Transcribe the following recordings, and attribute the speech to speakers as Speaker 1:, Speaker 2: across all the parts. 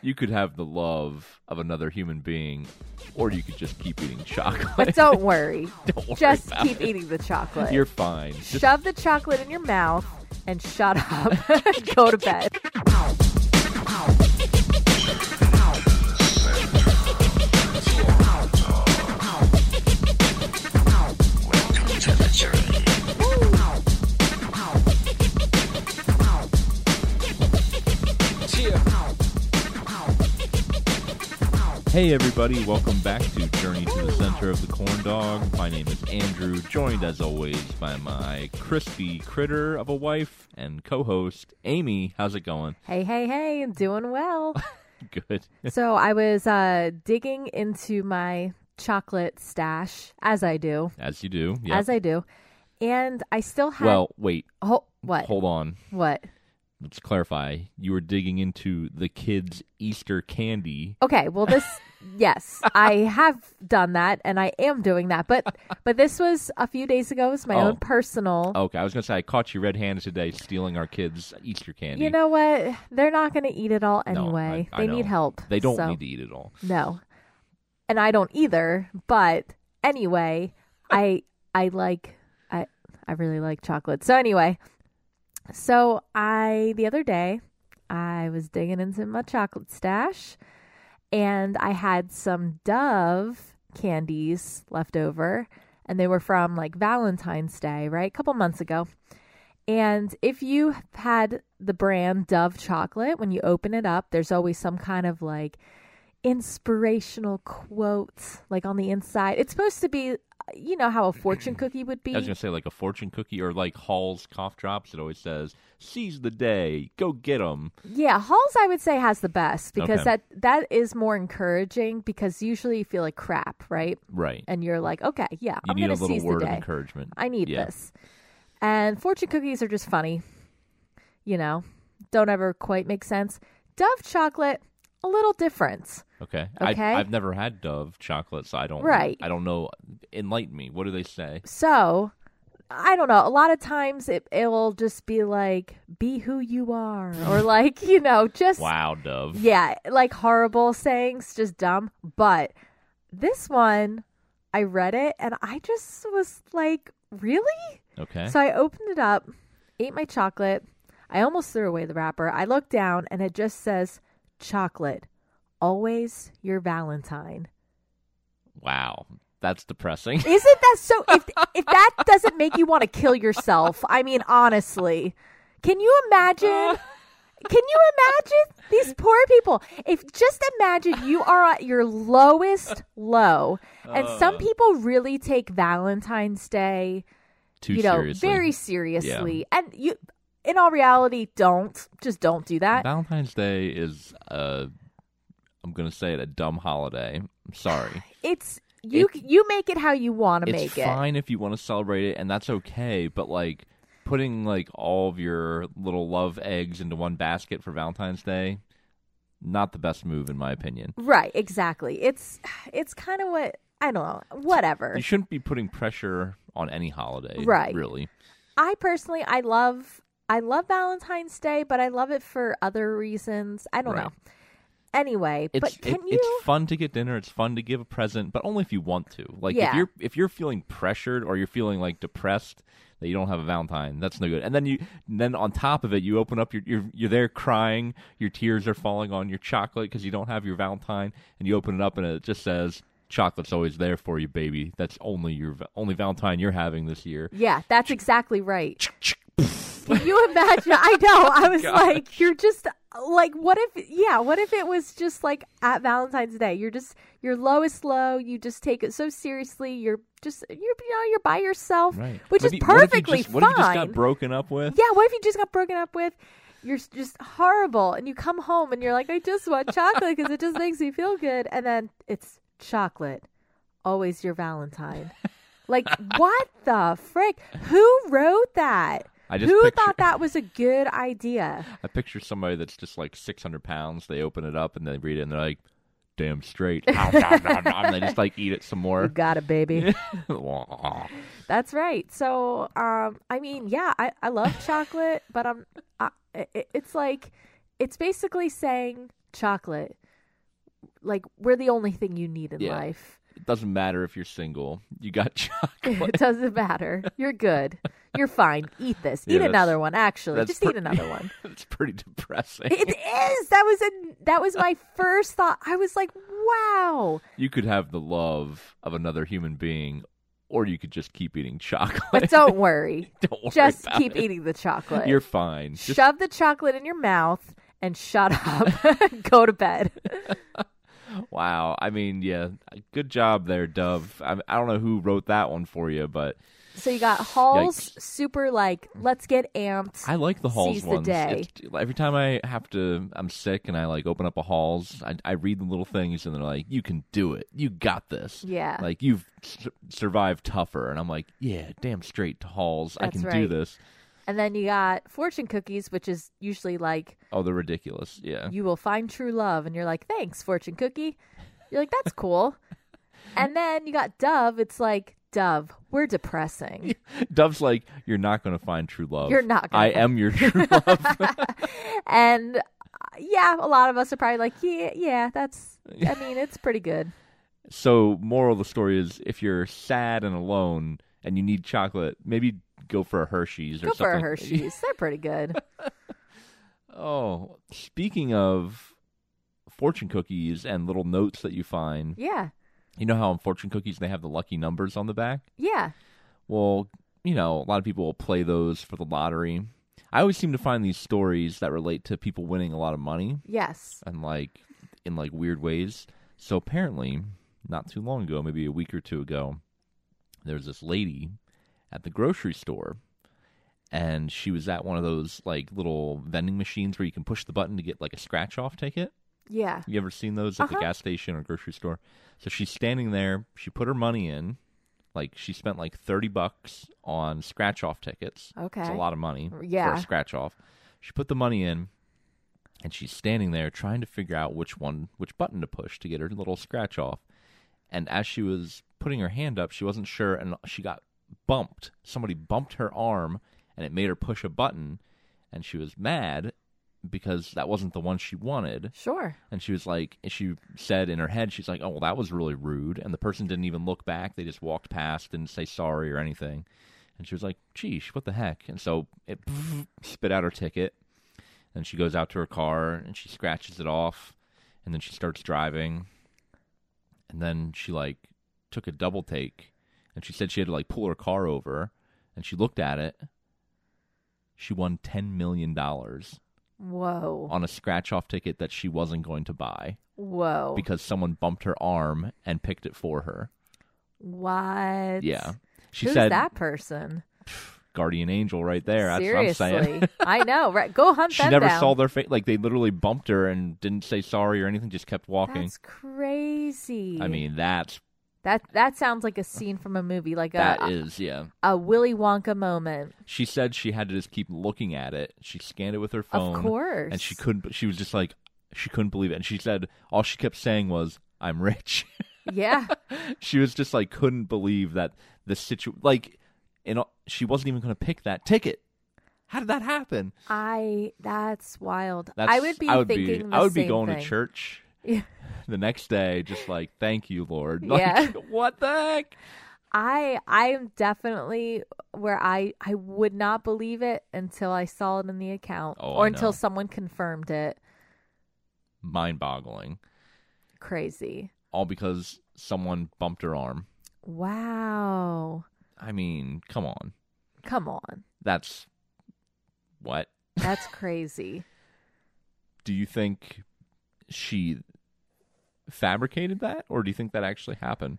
Speaker 1: You could have the love of another human being, or you could just keep eating chocolate.
Speaker 2: But don't worry.
Speaker 1: Don't worry
Speaker 2: Just
Speaker 1: about
Speaker 2: keep
Speaker 1: it.
Speaker 2: eating the chocolate.
Speaker 1: You're fine. Just
Speaker 2: Shove the chocolate in your mouth and shut up. Go to bed.
Speaker 1: Hey everybody, welcome back to Journey to the Center of the Corn Dog. My name is Andrew, joined as always by my crispy critter of a wife and co-host Amy. How's it going?
Speaker 2: Hey, hey, hey, doing well.
Speaker 1: Good.
Speaker 2: so I was uh, digging into my chocolate stash, as I do,
Speaker 1: As you do. Yep.
Speaker 2: as I do, and I still have.
Speaker 1: well, wait.
Speaker 2: Ho- what?
Speaker 1: Hold on.
Speaker 2: What?
Speaker 1: Let's clarify. You were digging into the kids' Easter candy.
Speaker 2: Okay, well this yes, I have done that and I am doing that. But but this was a few days ago. It was my
Speaker 1: Oh.
Speaker 2: own personal.
Speaker 1: Okay, I was gonna say I caught you red-handed today stealing our kids' Easter candy.
Speaker 2: You know what? They're not going to eat it all
Speaker 1: No, I-
Speaker 2: anyway.
Speaker 1: I
Speaker 2: they
Speaker 1: know.
Speaker 2: need help.
Speaker 1: They don't
Speaker 2: so-
Speaker 1: need to eat it all.
Speaker 2: No. And I don't either, but anyway, I I like I I really like chocolate. So anyway, so I the other day I was digging into my chocolate stash and I had some Dove candies left over and they were from like Valentine's Day, right? A couple months ago. And if you had the brand Dove chocolate, when you open it up, there's always some kind of like inspirational quote like on the inside. It's supposed to be you know how a fortune cookie would be.
Speaker 1: I was gonna say like a fortune cookie or like Hall's cough drops. It always says "Seize the day, go get 'em."
Speaker 2: Yeah, Halls I would say has the best because
Speaker 1: Okay.
Speaker 2: that that is more encouraging because usually you feel like crap, right?
Speaker 1: Right.
Speaker 2: And you're like, okay, yeah,
Speaker 1: You
Speaker 2: I'm
Speaker 1: need
Speaker 2: gonna
Speaker 1: a little
Speaker 2: seize
Speaker 1: word
Speaker 2: the
Speaker 1: of
Speaker 2: day.
Speaker 1: encouragement.
Speaker 2: I need
Speaker 1: Yeah.
Speaker 2: this. And fortune cookies are just funny. You know, don't ever quite make sense. Dove chocolate, a little different.
Speaker 1: Okay.
Speaker 2: Okay.
Speaker 1: I, I've never had Dove chocolate, so I don't.
Speaker 2: Right.
Speaker 1: I don't know. Enlighten me. What do they say?
Speaker 2: So, I don't know. A lot of times it it'll just be like, be who you are, or like you know, just
Speaker 1: Wow, Dove.
Speaker 2: Yeah, like horrible sayings, just dumb. But this one, I read it and I just was like, really?
Speaker 1: Okay.
Speaker 2: So I opened it up, ate my chocolate. I almost threw away the wrapper. I looked down and it just says, chocolate, always your Valentine.
Speaker 1: wow, that's depressing.
Speaker 2: Isn't that so? If, if that doesn't make you want to kill yourself, I mean, honestly, can you imagine? Can you imagine these poor people? If just imagine you are at your lowest low, and
Speaker 1: Uh.
Speaker 2: some people really take Valentine's Day,
Speaker 1: Too
Speaker 2: you know,
Speaker 1: seriously.
Speaker 2: very seriously, and you, in all reality, don't just don't do that.
Speaker 1: Valentine's Day is uh, I'm gonna say it a dumb holiday. I'm sorry.
Speaker 2: It's you. you make it how you want to
Speaker 1: it's
Speaker 2: make it.
Speaker 1: fine if you want to celebrate it, and that's okay. But like putting like all of your little love eggs into one basket for Valentine's Day, not the best move in my opinion.
Speaker 2: Right, exactly. It's it's kind of what I don't know. Whatever.
Speaker 1: You shouldn't be putting pressure on any holiday,
Speaker 2: Right.
Speaker 1: Really,
Speaker 2: I personally I love I love Valentine's Day, but I love it for other reasons. I don't
Speaker 1: Right.
Speaker 2: know. Anyway,
Speaker 1: it's
Speaker 2: but can
Speaker 1: it-
Speaker 2: you
Speaker 1: it's fun to get dinner. It's fun to give a present, but only if you want to. Like
Speaker 2: Yeah.
Speaker 1: if you're if you're feeling pressured or you're feeling like depressed that you don't have a Valentine, that's no good. And then you then on top of it, you open up your you're, you're there crying, your tears are falling on your chocolate because you don't have your Valentine, and you open it up and it just says chocolate's always there for you, baby. That's only your only Valentine you're having this year.
Speaker 2: Yeah, that's exactly right. Can you imagine? I know. I was like, you're just like, what if? Yeah, what if it was just like at Valentine's Day? You're just your lowest low. You just take it so seriously. You're just you're you know you're by yourself,
Speaker 1: Right,
Speaker 2: which
Speaker 1: Maybe-
Speaker 2: is
Speaker 1: what if you
Speaker 2: perfectly
Speaker 1: just-
Speaker 2: fine.
Speaker 1: What if you just got broken up with?
Speaker 2: Yeah, what if you just got broken up with? You're s- just horrible, and you come home and you're like, I just want chocolate because it just makes me feel good. And then it's chocolate, always your Valentine. Like, what the frick? Who wrote that?
Speaker 1: I just
Speaker 2: Who
Speaker 1: picture-
Speaker 2: thought that was a good idea?
Speaker 1: I picture somebody that's just like 600 pounds. They open it up and they read it and they're like, damn straight. Nom, nom, nom, nom. and they just like eat it some
Speaker 2: You
Speaker 1: more.
Speaker 2: got it, baby.
Speaker 1: Wah.
Speaker 2: That's right. So, um, I mean, yeah, I, I love chocolate, but I'm, I, it, it's like, it's basically saying chocolate, like we're the only thing you need in
Speaker 1: Yeah.
Speaker 2: life.
Speaker 1: It doesn't matter if you're single. You got chocolate.
Speaker 2: It doesn't matter. You're good. You're fine. Eat this.
Speaker 1: Yeah,
Speaker 2: eat
Speaker 1: that's-
Speaker 2: another one. Actually,
Speaker 1: that's
Speaker 2: just eat
Speaker 1: pre-
Speaker 2: another one.
Speaker 1: it's pretty depressing.
Speaker 2: It is. That was a. That was my first thought. I was like, wow.
Speaker 1: You could have the love of another human being, or you could just keep eating chocolate.
Speaker 2: But don't worry.
Speaker 1: Don't worry
Speaker 2: just
Speaker 1: about
Speaker 2: keep
Speaker 1: it.
Speaker 2: eating the chocolate.
Speaker 1: You're fine. Just
Speaker 2: Shove the chocolate in your mouth and shut up. Go to bed.
Speaker 1: wow. I mean, yeah, good job there, Dove. I, I don't know who wrote that one for you, but
Speaker 2: So you got Hall's super like, let's get amped.
Speaker 1: I like the Halls
Speaker 2: Seize the
Speaker 1: ones.
Speaker 2: day.
Speaker 1: It's- every time I have to, I'm sick and I like open up a Halls, I, I read the little things and they're like, "You can do it. You got this."
Speaker 2: yeah.
Speaker 1: Like you've sur- survived tougher, and I'm like, yeah, damn straight to Halls. I
Speaker 2: That's
Speaker 1: can do
Speaker 2: right.
Speaker 1: this.
Speaker 2: and then you got fortune cookies, which is usually like
Speaker 1: Oh, they're ridiculous. Yeah,
Speaker 2: you will find true love and you're like, Thanks, fortune cookie. You're like, That's cool. and then you got Dove, it's like Dove, we're depressing.
Speaker 1: Dove's like, you're not going to find true love.
Speaker 2: You're not gonna
Speaker 1: I
Speaker 2: find-
Speaker 1: am your true love.
Speaker 2: and uh, yeah, a lot of us are probably like, Yeah, yeah, that's I mean, it's pretty good.
Speaker 1: so, moral of the story is, if you're sad and alone and you need chocolate, maybe go for a Hershey's or
Speaker 2: Go
Speaker 1: something.
Speaker 2: for a Hershey's. They're pretty good.
Speaker 1: oh, speaking of fortune cookies and little notes that you find,
Speaker 2: Yeah.
Speaker 1: you know how on fortune cookies they have the lucky numbers on the back.
Speaker 2: Yeah.
Speaker 1: Well, you know, a lot of people will play those for the lottery. I always seem to find these stories that relate to people winning a lot of money
Speaker 2: Yes.
Speaker 1: and like in like weird ways. So apparently, not too long ago, maybe a week or two ago, there was this lady at the grocery store and she was at one of those like little vending machines where you can push the button to get like a scratch off ticket.
Speaker 2: Yeah.
Speaker 1: You ever seen those at the
Speaker 2: Uh-huh.
Speaker 1: gas station or grocery store? So she's standing there. She put her money in. Like she spent like thirty bucks on scratch off tickets. It's a
Speaker 2: Okay.
Speaker 1: lot of money for
Speaker 2: Yeah.
Speaker 1: a scratch off. She put the money in, and she's standing there trying to figure out which one, which button to push to get her little scratch off. And as she was putting her hand up, she wasn't sure, and she got bumped. Somebody bumped her arm, and it made her push a button, and she was mad because that wasn't the one she wanted.
Speaker 2: Sure.
Speaker 1: And she was like, she said in her head, she's like, oh, well, that was really rude. And the person didn't even look back. They just walked past, didn't say sorry or anything. And she was like, geesh, what the heck? And so it spit out her ticket. And she goes out to her car and she scratches it off. And then she starts driving. And then she like took a double take. And she said she had to like pull her car over. And she looked at it. She won $10 million on
Speaker 2: Whoa.
Speaker 1: a scratch off ticket that she wasn't going to buy
Speaker 2: Whoa.
Speaker 1: because someone bumped her arm and picked it for her.
Speaker 2: What?
Speaker 1: yeah. She
Speaker 2: Who's
Speaker 1: said
Speaker 2: that person?
Speaker 1: guardian angel right there. That's
Speaker 2: Seriously.
Speaker 1: what I'm saying.
Speaker 2: I know, right? Go hunt
Speaker 1: she
Speaker 2: them
Speaker 1: never
Speaker 2: down.
Speaker 1: saw their face. Like they literally bumped her and didn't say sorry or anything, just kept walking.
Speaker 2: That's crazy.
Speaker 1: I mean, that's
Speaker 2: that that sounds like a scene from a movie, like
Speaker 1: that
Speaker 2: a,
Speaker 1: is yeah.
Speaker 2: a Willy Wonka moment.
Speaker 1: She said she had to just keep looking at it. She scanned it with her phone.
Speaker 2: Of course.
Speaker 1: And she couldn't she was just like she couldn't believe it. And she said all she kept saying was, I'm rich.
Speaker 2: Yeah.
Speaker 1: she was just like couldn't believe that the situ like and she wasn't even going to pick that ticket. How did that happen?
Speaker 2: I that's wild.
Speaker 1: That's,
Speaker 2: I would be thinking the
Speaker 1: I would be
Speaker 2: same
Speaker 1: going
Speaker 2: thing.
Speaker 1: to church
Speaker 2: Yeah.
Speaker 1: the next day, just like thank you, Lord. Like,
Speaker 2: Yeah.
Speaker 1: What the heck?
Speaker 2: I I am definitely where I I would not believe it until I saw it in the account
Speaker 1: Oh,
Speaker 2: or
Speaker 1: I
Speaker 2: until
Speaker 1: know.
Speaker 2: someone confirmed it.
Speaker 1: Mind-boggling.
Speaker 2: Crazy.
Speaker 1: All because someone bumped her arm.
Speaker 2: Wow.
Speaker 1: I mean, come on.
Speaker 2: Come on.
Speaker 1: That's what.
Speaker 2: That's crazy.
Speaker 1: Do you think she fabricated that, or do you think that actually happened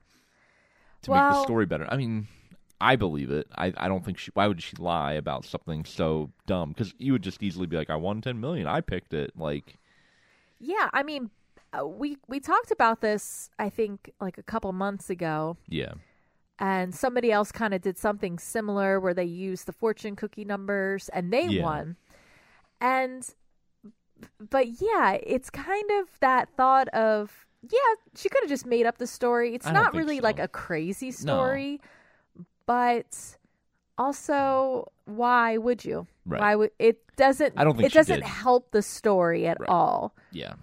Speaker 1: to make the
Speaker 2: Well-
Speaker 1: story better? I mean. I believe it. I, I don't think she. Why would she lie about something so dumb? Because you would just easily be like, "I won ten million. I picked it." Like,
Speaker 2: yeah, I mean, uh, we we talked about this I think like a couple months ago
Speaker 1: yeah,
Speaker 2: and somebody else kind of did something similar where they used the fortune cookie numbers and they
Speaker 1: Yeah.
Speaker 2: won. And but yeah, it's kind of that thought of yeah, she could have just made up the story. It's
Speaker 1: I don't
Speaker 2: not
Speaker 1: think
Speaker 2: really
Speaker 1: so.
Speaker 2: like a crazy story, but also why would you?
Speaker 1: right.
Speaker 2: Why would it doesn't
Speaker 1: I don't think
Speaker 2: it
Speaker 1: she
Speaker 2: doesn't
Speaker 1: did.
Speaker 2: help the story at
Speaker 1: Right.
Speaker 2: all.
Speaker 1: Yeah.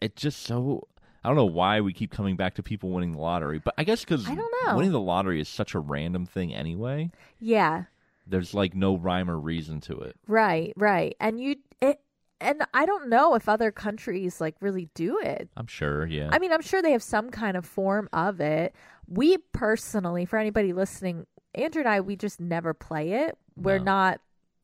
Speaker 1: it's just so I don't know why we keep coming back to people winning the lottery, but I guess because
Speaker 2: I don't know.
Speaker 1: winning the lottery is such a random thing anyway.
Speaker 2: Yeah.
Speaker 1: There's like no rhyme or reason to it.
Speaker 2: Right, right. And you it, and I don't know if other countries like really do it.
Speaker 1: I'm sure, yeah.
Speaker 2: I mean, I'm sure they have some kind of form of it. We personally, for anybody listening, Andrew and I, we just never play it. We're
Speaker 1: No.
Speaker 2: not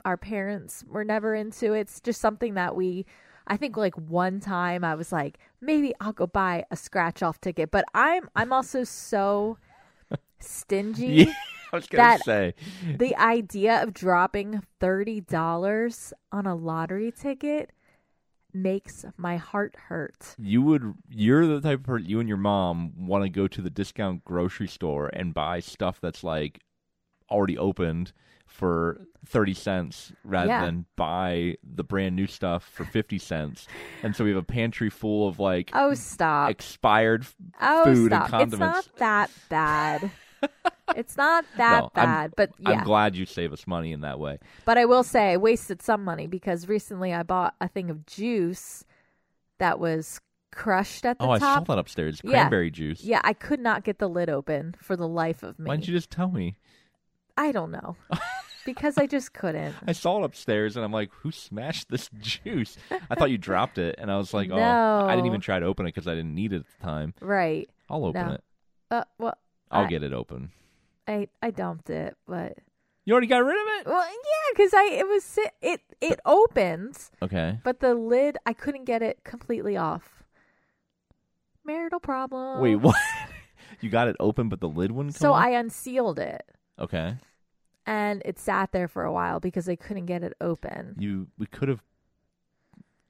Speaker 2: our parents were never into it. It's just something that we I think like one time I was like, maybe I'll go buy a scratch off ticket, but I'm I'm also so stingy.
Speaker 1: Yeah, I was gonna
Speaker 2: That-
Speaker 1: say
Speaker 2: the idea of dropping $30 on a lottery ticket makes my heart hurt.
Speaker 1: you would. You're the type of person you and your mom want to go to the discount grocery store and buy stuff that's like already opened for thirty cents rather
Speaker 2: Yeah.
Speaker 1: than buy the brand new stuff for fifty cents. And so we have a pantry full of like
Speaker 2: Oh, stop.
Speaker 1: expired
Speaker 2: Oh,
Speaker 1: food and
Speaker 2: stop. It's
Speaker 1: condiments.
Speaker 2: not that bad. it's not that
Speaker 1: No, I'm-
Speaker 2: bad, but yeah.
Speaker 1: I'm glad you save us money in that way.
Speaker 2: but I will say I wasted some money because recently I bought a thing of juice that was crushed at the
Speaker 1: oh, I saw
Speaker 2: top.
Speaker 1: that upstairs.
Speaker 2: Yeah.
Speaker 1: Cranberry juice.
Speaker 2: Yeah, I could not get the lid open for the life of me.
Speaker 1: Why didn't you just tell me?
Speaker 2: I don't know. because I just couldn't.
Speaker 1: I saw it upstairs, and I'm like, "Who smashed this juice?" I thought you dropped it, and I was like, "Oh, I didn't
Speaker 2: No.
Speaker 1: even try to open it because I didn't need it at the time.
Speaker 2: Right.
Speaker 1: I'll open
Speaker 2: No.
Speaker 1: it.
Speaker 2: Uh, well,
Speaker 1: I'll
Speaker 2: I-
Speaker 1: get it open."
Speaker 2: I I dumped it, but
Speaker 1: You already got rid of it.
Speaker 2: well, yeah, because I it was si- it it opens,
Speaker 1: Okay.
Speaker 2: but the lid I couldn't get it completely off. Marital problem.
Speaker 1: Wait, what? you got it open, but the lid wouldn't come.
Speaker 2: Uh. So
Speaker 1: off?
Speaker 2: I unsealed it,
Speaker 1: okay.
Speaker 2: and it sat there for a while because I couldn't get it open.
Speaker 1: You we could have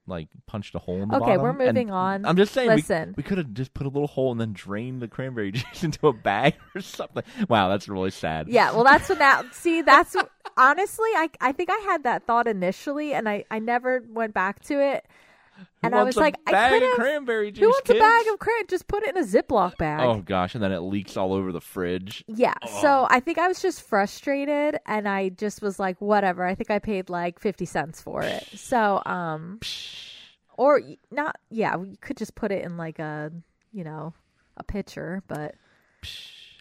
Speaker 1: like punched a hole in the
Speaker 2: Okay,
Speaker 1: bottom,
Speaker 2: we're
Speaker 1: and-
Speaker 2: moving on.
Speaker 1: I'm just saying. we-
Speaker 2: Listen.
Speaker 1: we could have just put a little hole and then drained the cranberry juice into a bag or something. Wow, that's really sad.
Speaker 2: Yeah, well, that's what that. See, that's honestly, I I think I had that thought initially, and I I never went back to it.
Speaker 1: Who
Speaker 2: and I
Speaker 1: wants a
Speaker 2: was like, I
Speaker 1: bag of
Speaker 2: could've-
Speaker 1: cranberry juice.
Speaker 2: Who wants
Speaker 1: kids?
Speaker 2: a bag of credit? Just put it in a Ziploc bag.
Speaker 1: Oh gosh, and then it leaks all over the fridge.
Speaker 2: Yeah.
Speaker 1: Oh.
Speaker 2: So I think I was just frustrated and I just was like, whatever. I think I paid like 50 cents for it. So, um, or y- not, yeah, you could just put it in like a, you know, a pitcher, but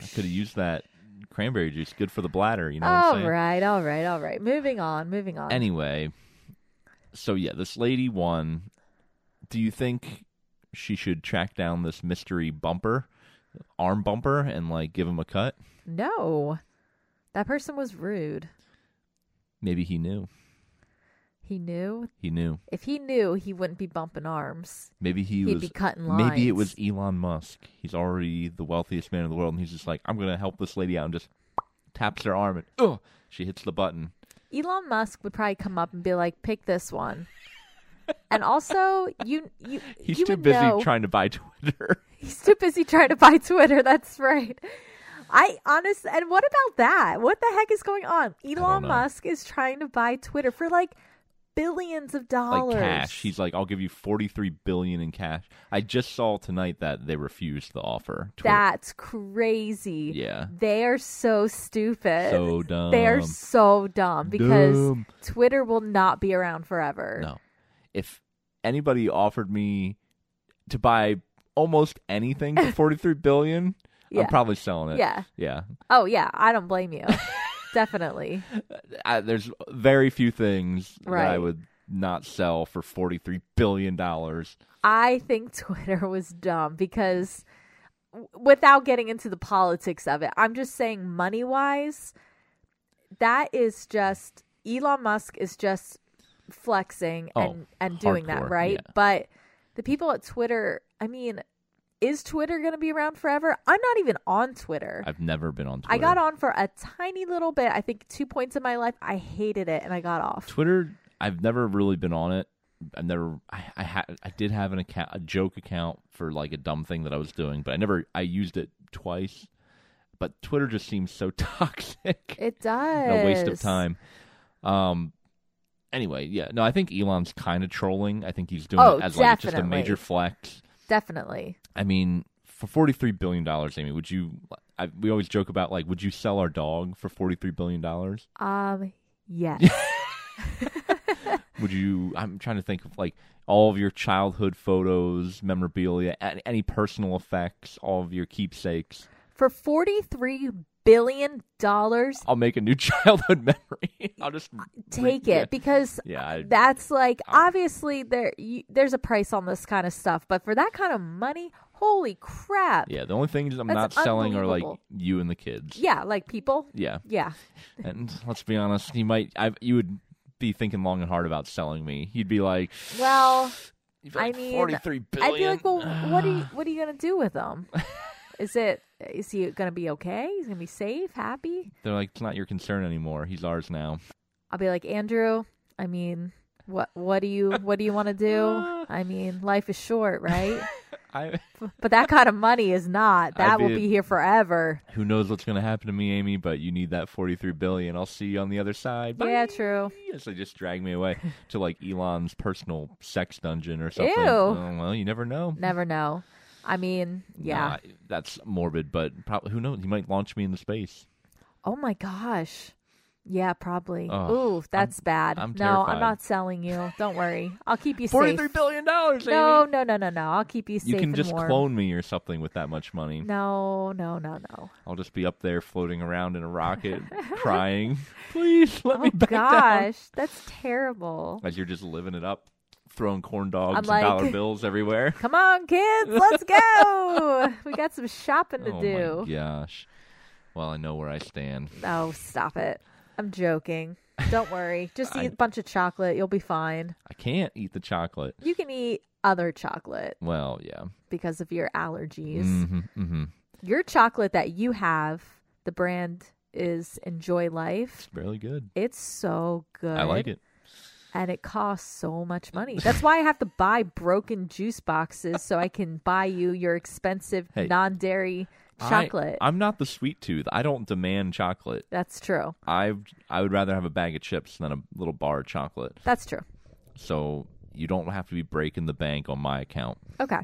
Speaker 1: I could have used that cranberry juice. Good for the bladder, you know what I'm
Speaker 2: all
Speaker 1: saying?
Speaker 2: right, all right, all right. Moving on, moving on.
Speaker 1: Anyway, so yeah, this lady won. Do you think she should track down this mystery bumper, arm bumper, and like give him a cut?
Speaker 2: no, that person was rude.
Speaker 1: Maybe he knew.
Speaker 2: He knew.
Speaker 1: He knew.
Speaker 2: If he knew, he wouldn't be bumping arms.
Speaker 1: Maybe he
Speaker 2: He'd
Speaker 1: was
Speaker 2: be cutting lines.
Speaker 1: Maybe it was Elon Musk. He's already the wealthiest man in the world, and he's just like, I'm going to help this lady out, and just taps her arm, and ugh, she hits the button.
Speaker 2: Elon Musk would probably come up and be like, "Pick this one." And also, you you
Speaker 1: He's
Speaker 2: you
Speaker 1: too
Speaker 2: would
Speaker 1: busy
Speaker 2: know,
Speaker 1: trying to buy Twitter.
Speaker 2: he's too busy trying to buy Twitter. That's right. I honest and what about that? What the heck is going on? Elon
Speaker 1: know.
Speaker 2: Musk is trying to buy Twitter for like billions of dollars.
Speaker 1: like cash. He's like, I'll give you 43 billion in cash. I just saw tonight that they refused the offer. Twitter-
Speaker 2: That's crazy.
Speaker 1: Yeah.
Speaker 2: They are so stupid.
Speaker 1: So dumb.
Speaker 2: They are so dumb because
Speaker 1: Dumb.
Speaker 2: Twitter will not be around forever.
Speaker 1: No. If anybody offered me to buy almost anything for 43 billion,
Speaker 2: Yeah.
Speaker 1: I'm probably selling it.
Speaker 2: Yeah.
Speaker 1: Yeah.
Speaker 2: Oh yeah, I don't blame you. Definitely.
Speaker 1: I, there's very few things that I
Speaker 2: Right.
Speaker 1: would not sell for forty three billion dollars.
Speaker 2: I think Twitter was dumb because w- without getting into the politics of it, I'm just saying money wise, that is just Elon Musk is just flexing
Speaker 1: Oh,
Speaker 2: and, and doing that,
Speaker 1: hardcore,
Speaker 2: right?
Speaker 1: yeah.
Speaker 2: But the people at Twitter, I mean, is Twitter going to be around forever? I'm not even on Twitter.
Speaker 1: I've never been on Twitter.
Speaker 2: I got on for a tiny little bit, I think two points in my life. I hated it and I got off.
Speaker 1: Twitter. I've never really been on it. I've never. I I, ha- I did have an account, a joke account for like a dumb thing that I was doing, but I never. I used it twice. But Twitter just seems so toxic.
Speaker 2: It does.
Speaker 1: and a waste of time. Um. Anyway, yeah. No, I think Elon's kind of trolling. I think he's doing
Speaker 2: Oh,
Speaker 1: it as like just a
Speaker 2: definitely.
Speaker 1: major flex.
Speaker 2: Definitely.
Speaker 1: I mean, for forty three billion dollars, Amy, would you? I, we always joke about like, would you sell our dog for forty three billion dollars?
Speaker 2: Um, yes.
Speaker 1: Would you? I'm trying to think of like all of your childhood photos, memorabilia, a- any personal effects, all of your keepsakes.
Speaker 2: For $43 billion,
Speaker 1: I'll make a new childhood memory. I'll just
Speaker 2: take
Speaker 1: yeah. Uh,
Speaker 2: it because
Speaker 1: Yeah, I,
Speaker 2: that's like obviously there you, there's a price on this kind of stuff, but for that kind of money, holy crap.
Speaker 1: yeah. The only things I'm not
Speaker 2: That's
Speaker 1: selling are like
Speaker 2: unbelievable.
Speaker 1: you and the kids.
Speaker 2: Yeah, like people.
Speaker 1: Yeah,
Speaker 2: Yeah.
Speaker 1: and let's be honest, you might. I you would be thinking long and hard about selling me. You'd be like,
Speaker 2: Well,
Speaker 1: you'd be
Speaker 2: I
Speaker 1: like
Speaker 2: mean,
Speaker 1: 43 billion.
Speaker 2: I'd be like, well, what are you what are you gonna do with them? Is it is he gonna be okay? He's gonna be safe, happy?
Speaker 1: They're like, it's not your concern anymore. He's ours now.
Speaker 2: I'll be like Andrew. I mean, what what do you what do you want to do? I mean, life is short, right?
Speaker 1: I.
Speaker 2: but that kind of money is not. That will
Speaker 1: be-
Speaker 2: be here forever.
Speaker 1: Who knows what's going to happen to me, Amy? But you need that 43 billion. I'll see you on the other side. Bye.
Speaker 2: Yeah, true.
Speaker 1: Yes, they just dragged me away to like Elon's personal sex dungeon or something.
Speaker 2: Ew.
Speaker 1: Oh, well, you never know.
Speaker 2: Never know. I mean, yeah.
Speaker 1: Nah, that's morbid, but probably who knows? He might launch me into space.
Speaker 2: Oh my gosh. Yeah, probably.
Speaker 1: Ugh,
Speaker 2: Ooh, that's bad.
Speaker 1: I'm
Speaker 2: no,
Speaker 1: terrified.
Speaker 2: I'm not selling you. Don't worry. I'll keep you safe.
Speaker 1: Forty-three billion dollars.
Speaker 2: No, no, no, no, no. I'll keep you safe.
Speaker 1: you can
Speaker 2: and
Speaker 1: just
Speaker 2: warm.
Speaker 1: clone me or something with that much money.
Speaker 2: No, no, no, no.
Speaker 1: I'll just be up there floating around in a rocket, crying, "Please let
Speaker 2: Oh
Speaker 1: me back
Speaker 2: gosh,
Speaker 1: down."
Speaker 2: that's terrible.
Speaker 1: As you're just living it up, throwing corn dogs
Speaker 2: I'm
Speaker 1: and
Speaker 2: like-
Speaker 1: dollar bills everywhere.
Speaker 2: Come on, kids, let's go. we got some shopping to
Speaker 1: oh
Speaker 2: do.
Speaker 1: my gosh! Well, I know where I stand.
Speaker 2: Oh, stop it. I'm joking. Don't worry. Just
Speaker 1: I-
Speaker 2: eat a bunch of chocolate. You'll be fine.
Speaker 1: I can't eat the chocolate.
Speaker 2: You can eat other chocolate
Speaker 1: Well, yeah.
Speaker 2: because of your allergies.
Speaker 1: Mm-hmm, mm-hmm.
Speaker 2: Your chocolate that you have, the brand is Enjoy Life.
Speaker 1: Really good.
Speaker 2: It's so good.
Speaker 1: I like it.
Speaker 2: And it costs so much money. That's why I have to buy broken juice boxes so I can buy you your expensive
Speaker 1: Hey.
Speaker 2: non dairy
Speaker 1: I-
Speaker 2: chocolate.
Speaker 1: I'm not the sweet tooth. I don't demand chocolate.
Speaker 2: That's true.
Speaker 1: I I would rather have a bag of chips than a little bar of chocolate.
Speaker 2: That's true.
Speaker 1: So you don't have to be breaking the bank on my account.
Speaker 2: Okay.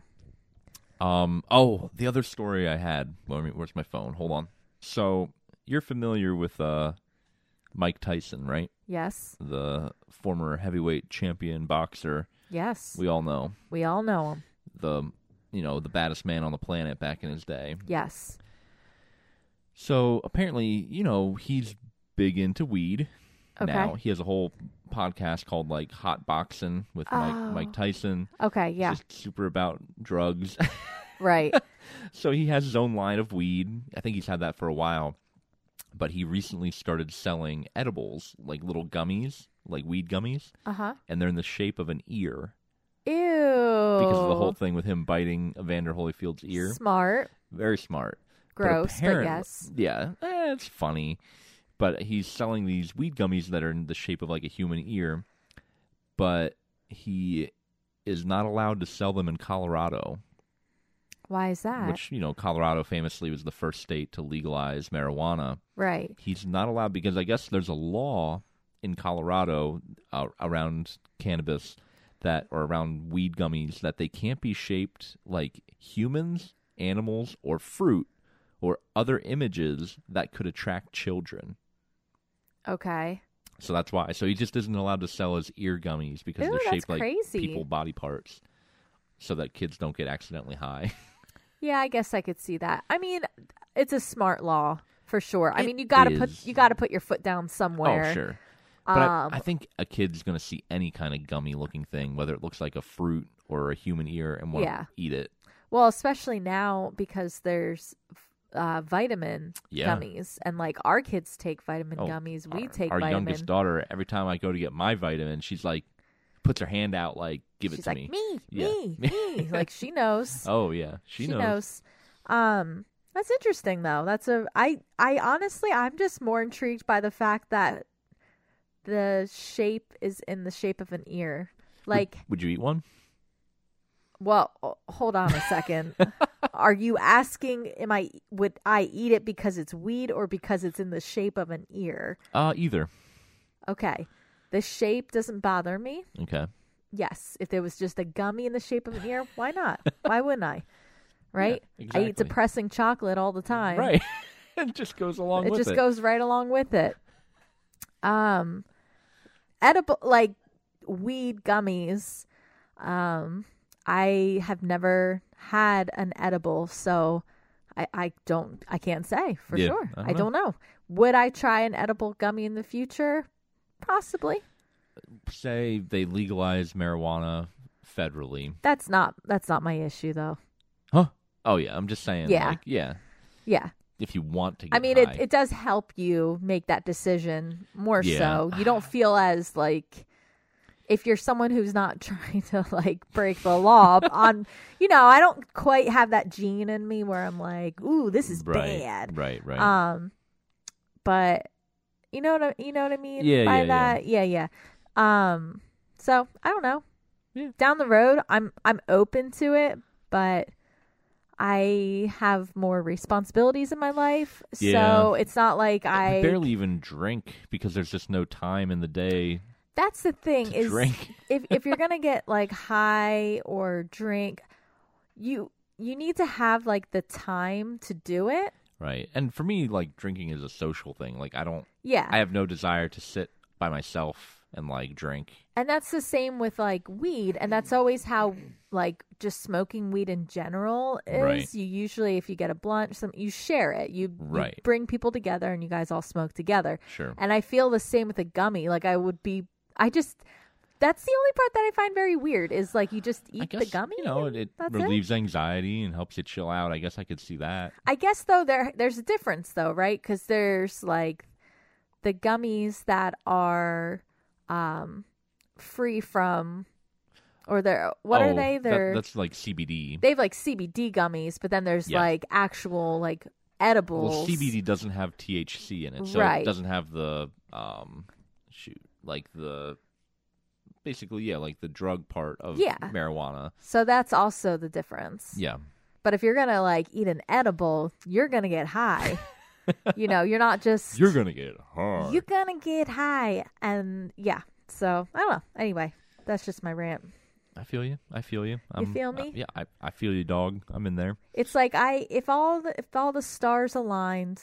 Speaker 1: Um. Oh, the other story I had. Let me- Where's my phone? Hold on. So you're familiar with uh, Mike Tyson, right?
Speaker 2: Yes.
Speaker 1: The former heavyweight champion boxer.
Speaker 2: Yes. We,
Speaker 1: We all know
Speaker 2: all know him.
Speaker 1: the you know the baddest man on the planet back in his day.
Speaker 2: Yes.
Speaker 1: So apparently, you know, he's big into weed.
Speaker 2: Okay.
Speaker 1: Now he has a whole podcast called like Hot Boxing with
Speaker 2: Oh.
Speaker 1: Mike Mike Tyson.
Speaker 2: Okay. Yeah.
Speaker 1: Just super about drugs.
Speaker 2: right.
Speaker 1: so he has his own line of weed. I think he's had that for a while. But he recently started selling edibles, like little gummies, like weed gummies,
Speaker 2: Uh huh.
Speaker 1: and they're in the shape of an ear
Speaker 2: Ew.
Speaker 1: because
Speaker 2: Oh.
Speaker 1: of the whole thing with him biting Evander Holyfield's ear.
Speaker 2: Smart.
Speaker 1: Very smart. But
Speaker 2: Gross. But,
Speaker 1: apparent-
Speaker 2: yes.
Speaker 1: Yeah, eh, it's funny. But he's selling these weed gummies that are in the shape of like a human ear, but he is not allowed to sell them in Colorado,
Speaker 2: Why is that?
Speaker 1: which, you know, Colorado famously was the first state to legalize marijuana.
Speaker 2: right.
Speaker 1: He's not allowed because I guess there's a law in Colorado uh, around cannabis that or around weed gummies that they can't be shaped like humans, animals, or fruit or other images that could attract children.
Speaker 2: Okay.
Speaker 1: So that's why. So he just isn't allowed to sell his ear gummies because
Speaker 2: Ooh,
Speaker 1: they're
Speaker 2: that's
Speaker 1: shaped like
Speaker 2: crazy.
Speaker 1: people body parts, so that kids don't get accidentally high.
Speaker 2: Yeah, I guess I could see that. I mean, it's a smart law for sure. I
Speaker 1: It
Speaker 2: mean, you got to
Speaker 1: is.
Speaker 2: put you got to put your foot down somewhere.
Speaker 1: Oh sure, but I-
Speaker 2: Um,
Speaker 1: I, think a kid's going to see any kind of gummy looking thing, whether it looks like a fruit or a human ear, and want to
Speaker 2: Yeah.
Speaker 1: eat it.
Speaker 2: Well, especially now because there's uh, vitamin
Speaker 1: Yeah.
Speaker 2: gummies, and like our kids take vitamin
Speaker 1: Oh,
Speaker 2: gummies, we
Speaker 1: our,
Speaker 2: take
Speaker 1: our
Speaker 2: vitamin.
Speaker 1: youngest daughter. Every time I go to get my vitamin, she's like, puts her hand out like, "Give
Speaker 2: She's
Speaker 1: it to me."
Speaker 2: like me,
Speaker 1: Yeah.
Speaker 2: me, me. like she knows.
Speaker 1: Oh yeah, she, knows.
Speaker 2: Um, that's interesting though. That's a I I honestly I'm just more intrigued by the fact that the shape is in the shape of an ear.
Speaker 1: Would-
Speaker 2: Like,
Speaker 1: would, you eat one?
Speaker 2: well, o- hold on a second. Are you asking am I would I eat it because it's weed or because it's in the shape of an ear?
Speaker 1: Uh, either.
Speaker 2: Okay. The shape doesn't bother me.
Speaker 1: Okay.
Speaker 2: Yes, if there was just a gummy in the shape of an ear, why not? Why wouldn't I? Right? I
Speaker 1: exactly.
Speaker 2: eat depressing chocolate all the time.
Speaker 1: Right. it just goes along
Speaker 2: it
Speaker 1: with
Speaker 2: just
Speaker 1: it.
Speaker 2: goes right along with it um edible like weed gummies. Um, I have never had an edible, so I, I don't I can't say for
Speaker 1: Yeah, uh-huh.
Speaker 2: sure.
Speaker 1: I
Speaker 2: I
Speaker 1: don't
Speaker 2: don't, know. Would I try an edible gummy in the future? Possibly.
Speaker 1: Say they legalize marijuana federally.
Speaker 2: That's not that's not my issue though.
Speaker 1: Huh? Oh yeah, I'm just saying.
Speaker 2: Yeah.
Speaker 1: like, yeah.
Speaker 2: Yeah.
Speaker 1: If you want to, get
Speaker 2: I mean
Speaker 1: high.
Speaker 2: it it does help you make that decision more
Speaker 1: Yeah.
Speaker 2: so. You don't feel as like if you're someone who's not trying to like break the law on you know, I don't quite have that gene in me where I'm like, ooh, this is
Speaker 1: right,
Speaker 2: bad.
Speaker 1: Right, right.
Speaker 2: Um, but you know what I, you know what I mean
Speaker 1: Yeah,
Speaker 2: by
Speaker 1: yeah, yeah.
Speaker 2: that. Yeah. yeah, Um, so I don't know.
Speaker 1: Yeah.
Speaker 2: Down the road, I'm I'm open to it, but I have more responsibilities in my life,
Speaker 1: Yeah.
Speaker 2: so it's not like I.
Speaker 1: barely even drink because there's just no time in the day
Speaker 2: That's the thing
Speaker 1: to
Speaker 2: is
Speaker 1: drink.
Speaker 2: if if you're gonna get like high or drink, you you need to have like the time to do it.
Speaker 1: Right. And for me, like drinking is a social thing. Like I don't,
Speaker 2: Yeah,
Speaker 1: I have no desire to sit by myself and like drink.
Speaker 2: And that's the same with like weed, and that's always how like just smoking weed in general is.
Speaker 1: Right.
Speaker 2: You usually, if you get a blunt, some you share it. You, you
Speaker 1: Right.
Speaker 2: bring people together, and you guys all smoke together.
Speaker 1: Sure.
Speaker 2: And I feel the same with a gummy. Like I would be, I just that's the only part that I find very weird is like you just
Speaker 1: I
Speaker 2: eat
Speaker 1: guess
Speaker 2: the gummy.
Speaker 1: You know,
Speaker 2: and
Speaker 1: it, it
Speaker 2: that's it.
Speaker 1: relieves anxiety and helps you chill out. I guess I could see that.
Speaker 2: I guess though there there's a difference though, right? Because there's like the gummies that are um free from or they're what
Speaker 1: Oh,
Speaker 2: are they?
Speaker 1: that-
Speaker 2: They're
Speaker 1: that's like CBD.
Speaker 2: they have like CBD gummies, but then there's
Speaker 1: Yeah.
Speaker 2: like actual like
Speaker 1: Well,
Speaker 2: edibles.
Speaker 1: CBD doesn't have THC in it, so it
Speaker 2: Right.
Speaker 1: doesn't have the um, shoot, like the basically yeah, like the drug part of
Speaker 2: Yeah.
Speaker 1: marijuana.
Speaker 2: So that's also the difference.
Speaker 1: Yeah.
Speaker 2: But if you're gonna like eat an edible, you're gonna get high. you know, you're not just
Speaker 1: You're gonna get hard.
Speaker 2: you're gonna get high, and yeah. So I don't know. Anyway, that's just my rant.
Speaker 1: I feel you. I feel you. I'm,
Speaker 2: feel
Speaker 1: uh,
Speaker 2: me?
Speaker 1: yeah, I, I feel you, dog. I'm in there.
Speaker 2: It's like I if all the if all the stars aligned,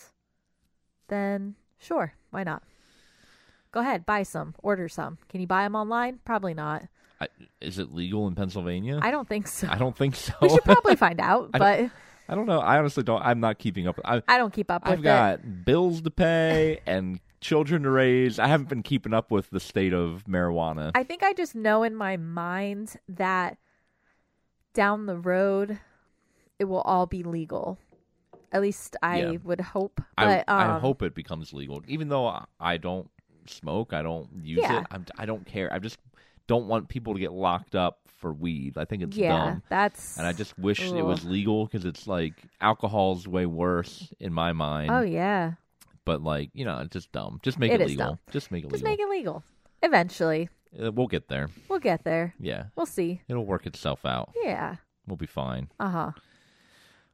Speaker 2: then sure, why not? Go ahead, buy some, order some. Can you buy them online? Probably not.
Speaker 1: I, is it legal in Pennsylvania?
Speaker 2: I don't think so.
Speaker 1: I don't think so.
Speaker 2: We should probably find out,
Speaker 1: Oh. I
Speaker 2: but
Speaker 1: I don't know. I honestly don't. I'm not keeping up. I,
Speaker 2: I don't keep up with
Speaker 1: I've got bills to pay and children to raise. I haven't been keeping up with the state of marijuana.
Speaker 2: it. I think I just know in my mind that down the road it will all be legal. At least I
Speaker 1: Yeah.
Speaker 2: would hope.
Speaker 1: I,
Speaker 2: But um,
Speaker 1: I hope it becomes legal. Even though I, I don't smoke, I don't use
Speaker 2: Yeah.
Speaker 1: it. I'm, I don't care. I just don't want people to get locked up for weed. I think it's
Speaker 2: yeah,
Speaker 1: dumb.
Speaker 2: that's
Speaker 1: And I just wish it
Speaker 2: Ugh.
Speaker 1: was legal because it's like alcohol's way worse in my mind.
Speaker 2: Oh yeah.
Speaker 1: But like you know, it's just dumb. Just make it,
Speaker 2: It is
Speaker 1: legal.
Speaker 2: dumb.
Speaker 1: Just make it
Speaker 2: Just
Speaker 1: legal.
Speaker 2: make it legal. Eventually.
Speaker 1: Uh, We'll get there.
Speaker 2: We'll get there.
Speaker 1: Yeah,
Speaker 2: We'll see.
Speaker 1: it'll work itself out.
Speaker 2: Yeah.
Speaker 1: We'll be fine.
Speaker 2: Uh huh.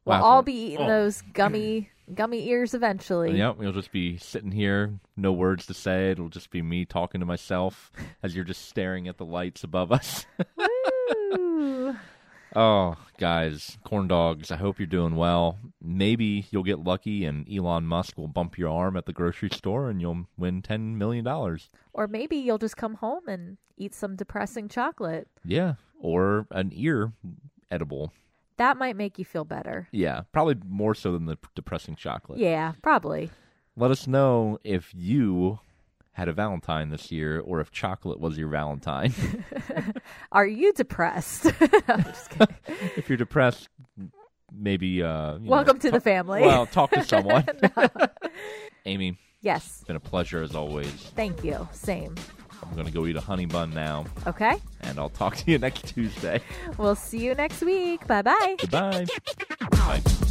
Speaker 1: Wow.
Speaker 2: We'll all be eating
Speaker 1: Oh.
Speaker 2: those gummy gummy ears eventually.
Speaker 1: Yep, you'll just be sitting here, no words to say. It'll just be me talking to myself as you're just staring at the lights above us.
Speaker 2: Woo.
Speaker 1: oh, guys, corn dogs, I hope you're doing well. Maybe you'll get lucky and Elon Musk will bump your arm at the grocery store and you'll win $10 million.
Speaker 2: or maybe you'll just come home and eat some depressing chocolate.
Speaker 1: Yeah, or an ear edible.
Speaker 2: That might make you feel better.
Speaker 1: Yeah, probably more so than the depressing chocolate.
Speaker 2: Yeah, probably.
Speaker 1: Let us know if you had a Valentine this year or if chocolate was your Valentine.
Speaker 2: Are you depressed? I'm just kidding.
Speaker 1: if you're depressed, maybe uh, you
Speaker 2: Welcome
Speaker 1: know,
Speaker 2: to the family.
Speaker 1: Well, talk to someone. Amy,
Speaker 2: yes.
Speaker 1: it's been a pleasure as always.
Speaker 2: Thank you. Same.
Speaker 1: I'm gonna go eat a honey bun now,
Speaker 2: Okay.
Speaker 1: and I'll talk to you next Tuesday.
Speaker 2: We'll see you next week. Bye bye.
Speaker 1: Goodbye. Bye.